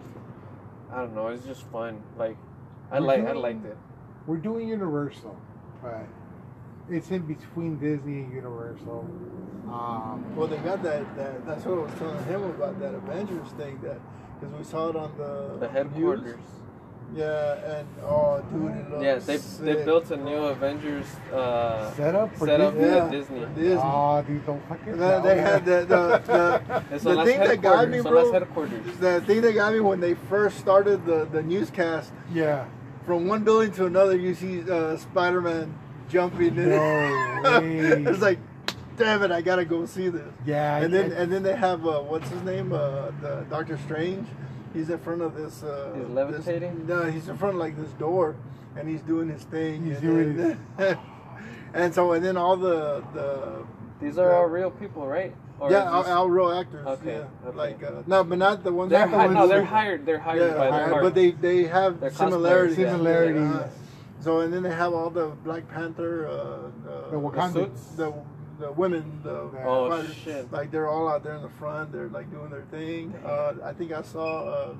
A: I don't know. It's just fun. Like, I
C: We're
A: like I
C: doing-
A: liked it.
C: We're doing Universal, but it's in between Disney and Universal. Um,
B: Well, they got that, that. That's what I was telling him about that Avengers thing. That because we saw it on the
A: The
B: news.
A: headquarters.
B: Yeah, and oh, dude, it looks
A: Yeah, they they
B: sick.
A: built a new Avengers. Uh,
C: set up for
A: set up
C: Disney.
B: Yeah.
A: at Disney.
B: Disney.
C: Oh, dude, don't fucking.
B: They- they
C: tell.
B: had the- the-
A: It's
B: The
A: on us
B: thing that got
A: headquarters,
B: me,
A: it's on
B: bro,
A: us headquarters.
B: The thing that got me when they first started the the newscast
C: yeah.
B: from one building to another, you see uh, Spider Man jumping. in.
C: No way.
B: it's like, damn it, I gotta go see this.
C: Yeah.
B: and then
C: I-
B: and then they have uh, what's his name uh, the Doctor Strange. He's in front of this. Uh,
A: He's levitating?
B: This, no, he's in front of like this door, and he's doing his thing.
C: He's
B: and
C: doing
B: then- and so and then all the the
A: These are all real people, right? Or
B: yeah
A: is
B: all,
A: this-
B: all real actors.
A: Okay,
B: yeah.
A: okay.
B: Like uh, no, but not the ones.
A: they're
B: not the
A: hi-
B: ones
A: no, they're
B: who-
A: hired. They're hired
B: Yeah,
A: by the
B: hired,
A: park.
B: but they they have
A: They're cosplayers,
B: similarities.
A: yeah.
C: Similarities.
B: Uh, so and then they have all the Black Panther. Uh, uh,
C: the
A: The
C: Wakanda.
A: suits.
B: the the women, the
C: Oh,
B: fighters,
A: shit.
B: like they're all out there in the front. They're like doing their thing. Uh, I think I saw uh,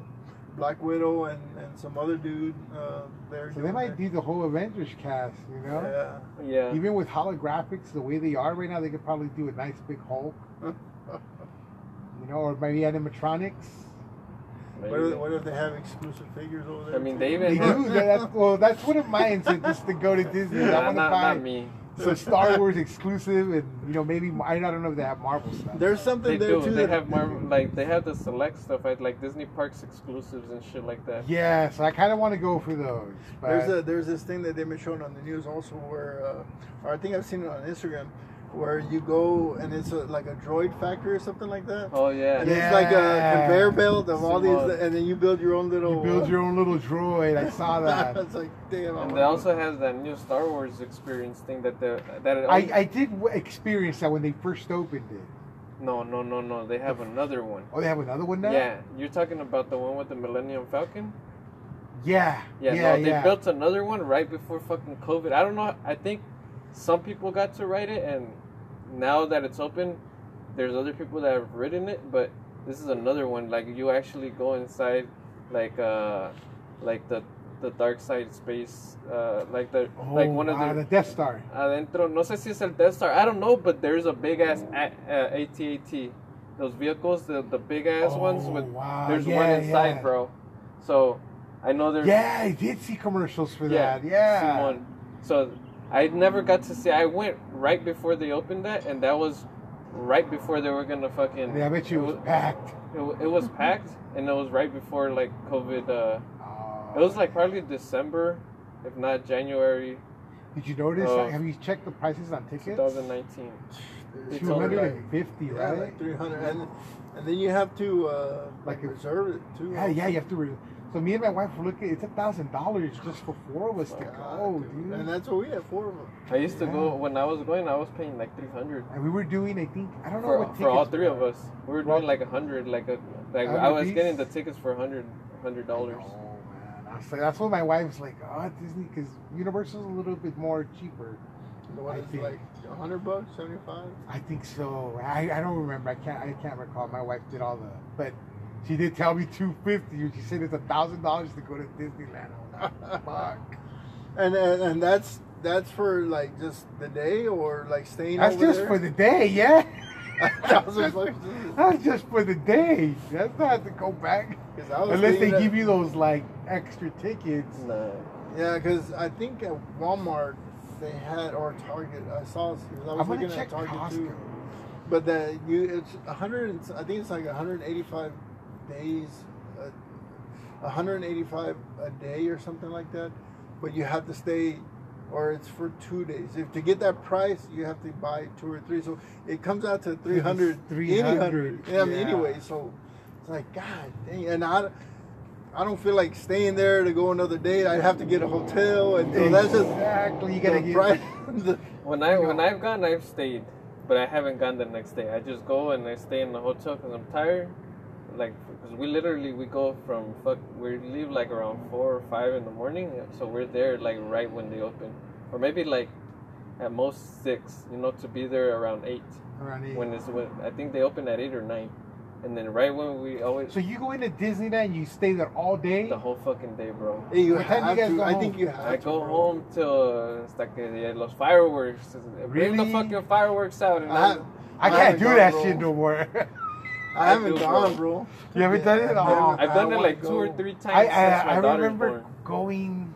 B: Black Widow and, and some other dude uh, there.
C: So they might do the whole Avengers cast, you know.
B: Yeah.
A: yeah.
C: Even with holographics the way they are right now, they could probably do a nice big Hulk, you know, or maybe animatronics.
A: maybe.
B: What if, what if they have exclusive figures over there?
A: I mean,
B: too?
A: they
C: They
A: even.
C: do. That's, well, that's one of my incentives to go to Disney.
A: Nah,
C: I want to
A: not,
C: buy
A: not me.
C: So Star Wars exclusive, and you know maybe I don't know if they have Marvel stuff.
B: There's something
A: They
B: there
A: do.
B: too.
A: They
B: that-
A: have more like they have the select stuff, like- like Disney parks exclusives and shit like that.
C: yeah, so I kind of want to go for those. But
B: There's a there's this thing that they've been showing on the news also where, uh, or I think I've seen it on Instagram, where you go and it's a, like a droid factory or something like that.
A: Oh yeah.
B: And it's like a
C: Yeah.
B: conveyor belt of all these,
A: Smart.
B: and then you build your own little.
C: You build your own little droid. I saw that.
B: it's like damn. I
A: And
B: wanna
A: they
B: do
A: also has that new Star Wars experience thing that the that it,
C: I, I did w- experience that when they first opened it.
A: no no no no they have another one.
C: Oh, they have another one now.
A: Yeah, you're talking about the one with the Millennium Falcon.
C: Yeah.
A: Yeah,
C: Yeah.
A: no, they
C: yeah.
A: built another one right before fucking COVID. I don't know. I think some people got to write it, and now that it's open, there's other people that have written it. But this is another one. Like you actually go inside, like uh, like the the dark side space, uh, like the
C: oh,
A: like one
C: wow,
A: of
C: the
A: the.
C: Death Star.
A: Adentro, no sé si es el Death Star. I don't know, but there's a big ass a- uh, AT-AT. Those vehicles, the, the big ass
C: oh,
A: ones with
C: wow.
A: there's
C: yeah,
A: one inside,
C: yeah.
A: bro. So I know there's
C: Yeah, I did see commercials for that. Yeah.
A: Simone. So I never got to see. I went right before they opened that, and that was right before they were gonna fucking.
C: Yeah, I bet you it was packed.
A: It, wa- it was packed, and it was right before like COVID. Uh, it was like probably December, if not January,
C: Oh. Did you notice?
A: uh,
C: like, have you checked the prices on tickets?
A: 2019.
B: it.
A: It's all right.
C: 250,
B: Yeah,
C: right?
B: like 300. And, and then you have to uh, like
C: Like a-
B: reserve it too.
C: Yeah, yeah, you have to. Re- so me and my wife were looking. It's a thousand dollars just for four of us
A: Oh
C: to
B: Oh God,
C: go,
B: dude.
C: Oh, dude.
B: And
C: And,
B: that's what we had four of them.
A: I used to go when I was going. I was paying like 300
C: we were doing, I think, I don't know what
A: for,
C: tickets
A: for all three of
C: were.
A: us. We were
C: For all-
A: doing like 100, like a like
C: Out of
A: I was
C: these?
A: getting the tickets for 100 dollars.
C: Oh man, I was like, that's what my wife was like. Oh, Disney, because Universal's a little bit more cheaper.
B: The one
C: I
B: is
C: think-
B: like 100 bucks, 75.
C: I think so. I, I don't remember. I can't I can't recall. My wife did all the, but she did tell me two fifty. She said it's a thousand dollars to go to Disneyland. I was like, Fuck.
B: And, and and that's that's for like just the day or like staying
C: That's
B: over
C: just
B: there?
C: for the day, yeah.
B: thousand bucks.
C: That's just for the day. That's not to go back.
B: 'Cause I was
C: Unless they
B: thinking that-
C: give you those like extra tickets.
A: Nah.
B: Yeah, because I think at Walmart they had or Target. I saw. 'cause I was
C: I'm gonna
B: looking
C: check
B: at Target
C: Costco.
B: too. But that you, it's 100. And, s- I think it's like 185 days, uh, 185 a day or something like that. But you have to stay, or it's for two days. If to get that price, you have to buy two or three. So it comes out to 300.
C: 300,
B: any- Yeah, I mean,
C: yeah.
B: Anyway, so it's like God dang, and I. I don't feel like staying there to go another day. I'd have to get a hotel, and so that's just
C: exactly. You gotta
B: the
C: get.
B: price. the-
A: When I when
C: No.
A: I've gone, I've stayed, but I haven't gone the next day. I just go and I stay in the hotel because I'm tired. Like, because we literally we go from fuck we leave like around four or five in the morning, so we're there like right when they open, or maybe like at most six. You know, to be there around eight
C: around eight.
A: when it's when I think they open at eight or nine, and then right when we always
C: So you go into Disneyland, you stay there all day.
A: the whole fucking day, bro.
B: Hey, you
C: What time do you
B: have
C: guys
B: to-
C: go
B: I
C: home?
B: think you have
A: I
B: to,
A: go
B: bro.
A: home till hasta que de- los fireworks. Bring the
C: Really?
A: fucking fireworks out, and
B: I,
A: I'm-
C: I
B: I
C: can't
B: haven't
C: do
B: gone,
C: that
B: bro.
C: shit no more.
B: I haven't
A: do,
B: gone, bro.
C: You haven't done it?
B: I've
C: Aw.
B: never-
A: I've done
B: I
A: it like two
B: wanna
A: or
B: go.
A: three times
C: I I,
A: since my
C: I
A: daughter's
C: remember
A: born.
C: going,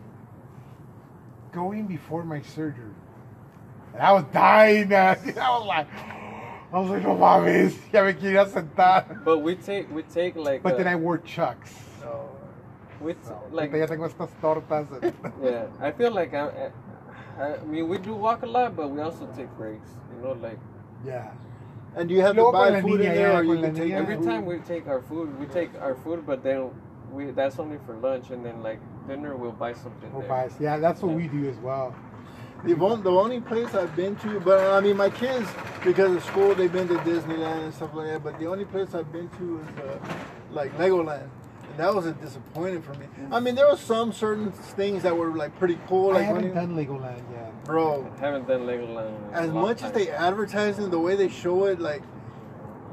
C: going before my surgery, and I was dying. uh, dude. I was like, I was like, no mames, ya me quería sentar.
A: But we take we take like
C: But then
A: uh,
C: I Oh, wore chucks.
B: No.
A: we t-
C: So,
A: like
C: ya tengo estas tortas.
A: yeah. I feel like I, I I mean we do walk a lot, but we also take breaks. You know, like
C: yeah.
B: And do you have
C: Luego
B: to
C: con
B: buy
C: la
B: food
C: niña,
B: in there,
C: yeah,
B: or you
C: con la
B: can take
C: niña.
A: every
B: food?
A: time we take our food, we take our food, but then we that's only for lunch, and then like dinner we'll buy something.
C: Or
A: there.
C: bias. Yeah, that's what we do as well.
B: The, one, the only place I've been to, but I mean, my kids, because of school, they've been to Disneyland and stuff like that. But the only place I've been to is uh, like Legoland. And that was a disappointment for me. I mean, there were some certain things that were like pretty cool,
C: I
B: like
C: haven't
B: running,
C: done Legoland yet.
B: bro.
A: I haven't done Legoland. in a
B: as
A: long
B: much as
A: time.
B: they advertise and the way they show it, like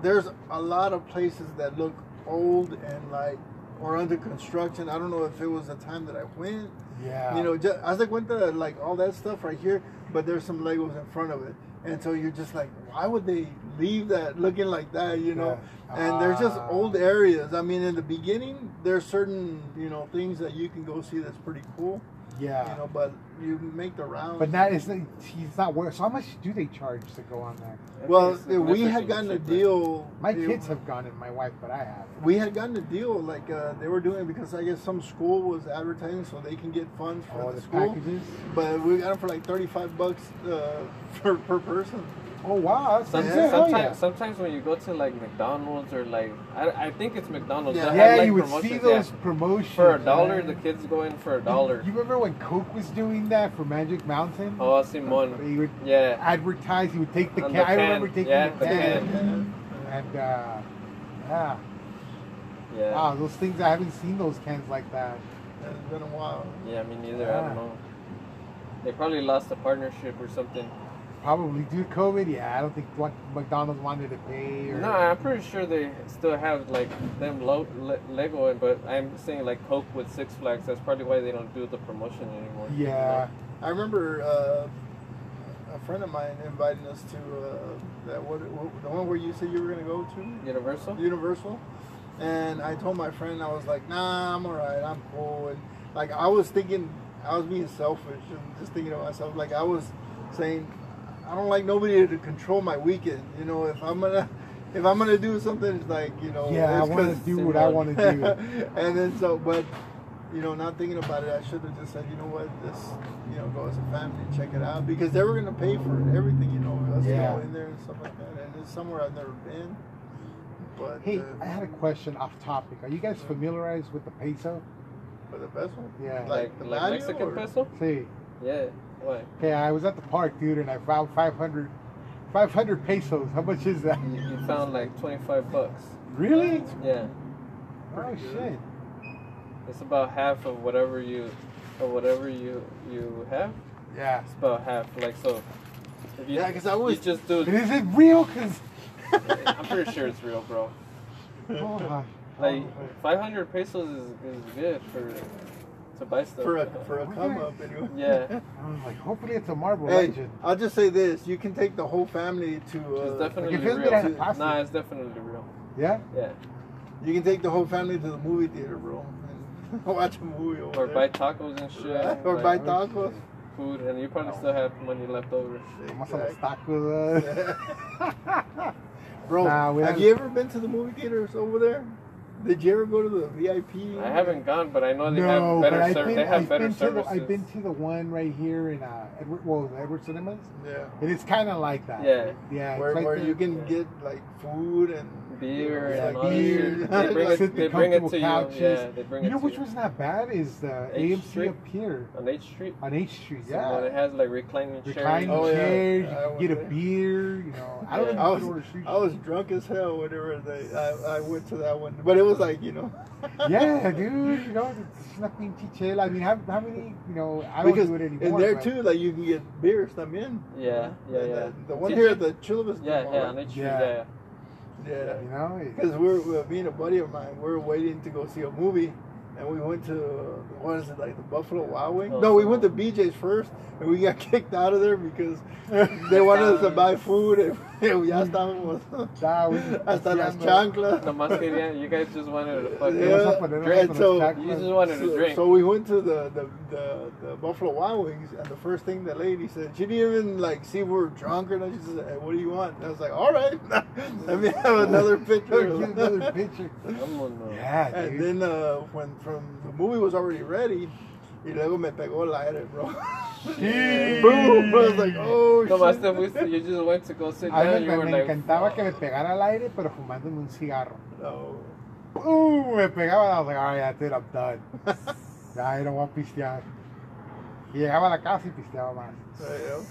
B: there's a lot of places that look old and like or under construction. I don't know if it was the time that I went.
C: Yeah.
B: You know, just, as I went to like all that stuff right here, but there's some Legos in front of it, and so you're just like, why would they leave that looking like that? You know,
C: Yeah.
B: and there's just
C: Ah.
B: old areas. I mean, in the beginning, there's certain you know things that you can go see that's pretty cool.
C: yeah.
B: You know, but you make the rounds.
C: But not is he's not worth. So how much do they charge to go on there?
A: I think
B: Well, eh,
A: it's
B: we
A: significantly
B: had gotten a
A: cheaper.
B: deal.
C: My
B: they-
C: kids have gone, and my wife, but I have.
B: We had gotten a deal like uh, they were doing because I guess some school was advertising so they can get funds for
C: All
B: the
C: the
B: school.
C: packages.
B: But we got them for like thirty-five bucks uh, for, per person.
C: Oh wow, that's
A: Some,
C: yeah, hell
A: sometimes,
C: yeah.
A: sometimes when you go to like McDonald's or like I, I think it's McDonald's.
B: Yeah.
A: they'll
C: Yeah,
A: have, like,
C: you would
A: promotions,
C: see
A: yeah.
C: those promotions
A: for a dollar.
C: man.
A: The kids go in for a dollar.
C: You remember when Coke was doing that for Magic Mountain?
A: Oh, Simon.
C: He would
A: Yeah,
C: advertise. He would take the
A: On
C: can.
A: the
C: I remember
A: can.
C: taking
A: Yeah,
C: the
A: the
C: can.
B: can.
C: And uh, yeah,
A: yeah,
C: wow, those things I haven't seen those cans like that.
B: It's been a while.
A: yeah. Me neither. I
C: Yeah.
A: don't know. They probably lost a partnership or something.
C: Probably due to COVID. Yeah, I don't think Mc- McDonald's wanted to pay. Or,
A: No, I'm pretty sure they still have like them lo- le- Lego, and but I'm saying like Coke with Six Flags. That's probably why they don't do the promotion anymore.
C: Yeah.
B: I remember uh, a friend of mine inviting us to uh, that what, what the one where you said you were gonna go to
A: Universal.
B: Universal, and I told my friend I was like, nah, I'm alright, I'm cool, and like I was thinking I was being selfish and just thinking to myself like I was saying I don't like nobody to control my weekend. You know, if I'm gonna if I'm gonna do something, it's like you know,
C: yeah, I
B: it's
C: want
B: 'cause-
C: to do what I want to do.
B: and then so, but you know, not thinking about it, I should have just said, you know what, this, you know, go as a family and check it out because they were gonna pay for it, everything, you know, us
C: Yeah.
B: going there and stuff like that, and it's somewhere I've never been. But
C: Hey,
B: uh,
C: I had a question off topic. Are you guys familiarized with the peso?
B: for the best one,
C: Yeah.
A: Like
B: the
A: like
B: value
A: Mexican
B: or-
A: peso.
C: See,
A: Yeah. Why?
C: okay, I was at the park, dude, and I found 500, 500 pesos. How much is that?
A: You, you found like 25 bucks.
C: Really?
A: Yeah.
C: Oh
B: Pretty good.
C: shit.
A: It's about half of whatever you, of whatever you you have.
C: Yeah.
A: It's about half. Like so. If you,
B: Yeah, 'cause I was-
A: you just do.
C: But is it real? Cause
A: I'm pretty sure it's real, bro.
C: oh, I-
A: Like 500 pesos is, is good for to buy stuff.
B: for a for a come up anyway.
A: yeah,
C: I was like, hopefully it's a Marvel
B: Hey,
C: Legend.
B: I'll just say this: you can take the whole family to.
A: it's
B: Uh,
A: definitely
C: feels
A: real.
C: good as a plastic.
A: Nah, it's definitely real.
C: Yeah.
A: Yeah,
B: you can take the whole family to the movie theater, bro, and watch a movie over
A: or
B: there.
A: buy tacos and
B: Right?
A: shit,
B: or
A: like,
B: buy tacos.
A: food, and you probably still have money left over.
C: Vamos a los
B: Exactly.
C: tacos. uh,
B: Bro,
C: Nah, we
B: have
C: haven't-
B: you ever been to the movie theaters over there? Did you ever go to the VIP?
A: I haven't gone, but I know they
C: no,
A: have
C: but
A: better
C: I've
A: service.
C: been,
A: They have
C: I've,
A: better
C: been to the,
A: services.
C: I've been to the one right here in uh, Edward, well, the Edward Cinemas,
B: Yeah.
C: and it's kind of like that.
A: yeah,
C: Yeah. it's
B: Where,
C: like
B: where
C: the-
B: you can get like food and
A: beer
B: Yeah,
A: and all that
C: beer.
A: shit. They bring it.
C: Sit in
A: They bring it
C: comfortable
A: to
C: couches.
A: you. Yeah, they bring
C: You
A: it
C: know
A: to
C: which
A: you.
C: was not bad is the
A: H
C: AMC
A: Street?
C: up here
A: on H Street.
C: on H Street.
A: Yeah.
C: Yeah.
A: it has like reclining chairs.
C: Reclining
B: Oh, yeah.
C: chairs,
B: I
C: you
B: went
C: can get a
B: there.
C: beer. You know, I don't
A: Yeah.
C: even
B: I was-
C: order sushi.
B: I was drunk as hell whenever they, I, I went to that one, but it was like you know.
C: yeah, dude. You know, it's nothing chichela. I mean, how, how many? You know, I don't
B: because
C: do it anymore.
B: in there
C: but-
B: too, like you can get beer in.
A: Yeah, yeah, yeah.
B: The, the one
A: Did
B: here
A: you-
B: at the Chilibus.
A: Yeah, yeah, on
B: Mall.
A: H Street.
C: Yeah.
A: Yeah,
B: yeah.
C: You know, it-
B: Because we're, we're me and a buddy of mine, we're waiting to go see a movie, and we went to uh, what is it like the Buffalo Wild Wing?
A: Oh,
B: No, we
A: so-
B: went to BJ's first, and we got kicked out of there because they wanted us to buy food, and, and ya estábamos
C: Nah, we just-
B: hasta las
C: yeah,
B: chanclas.
A: Nomás querían- you guys just wanted to fuck
C: It was
B: Yeah,
C: up on- it was up
B: and
C: on the
B: so-
C: stack.
A: You just wanted to
B: So,
A: drink.
B: so we went to the, the, the, the Buffalo Wild Wings, and the first thing the lady said, she didn't even like see we were drunk or nothing. She said, hey, "What do you want?" And I was like, "All right, let me have another picture."
C: Get another picture.
A: Vámonos.
C: Yeah,
B: And
C: dude.
B: then uh, when from the movie was already ready, y luego me pegó el aire, bro.
C: Jeez.
B: Boom! I was like, oh
A: Nomás
B: shit.
A: te fuiste, you just went to go sit
C: A
A: down.
C: veces
A: You
C: me,
A: were
C: me
A: like,
C: encantaba que me
A: "Fuck."
C: pegara al aire, pero fumándome un cigarro.
B: No.
C: Uh, me pegaba, and I was like, all right, that's it, I'm done. Ya, I don't want pistear. Y llegaba a la casa y pisteaba más.
B: There you go.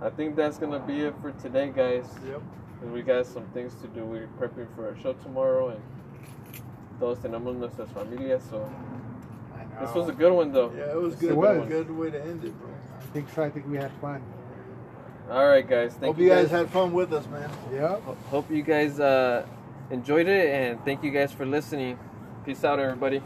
A: I think that's gonna be it for today, guys.
B: Yep.
A: 'Cause We got some things to do. We're prepping for our show tomorrow, and todos tenemos nuestras familias. So
C: I know.
A: this was a good one, though.
B: Yeah, it was
A: This
B: good.
A: is a
C: was.
A: one.
B: Good way to end it, bro.
C: I think so. I think we had fun.
A: All right, guys. Thank
B: Hope you guys had fun with us, man.
C: Yep.
A: Ho- Hope you guys uh, enjoyed it, and thank you guys for listening. Peace out, everybody.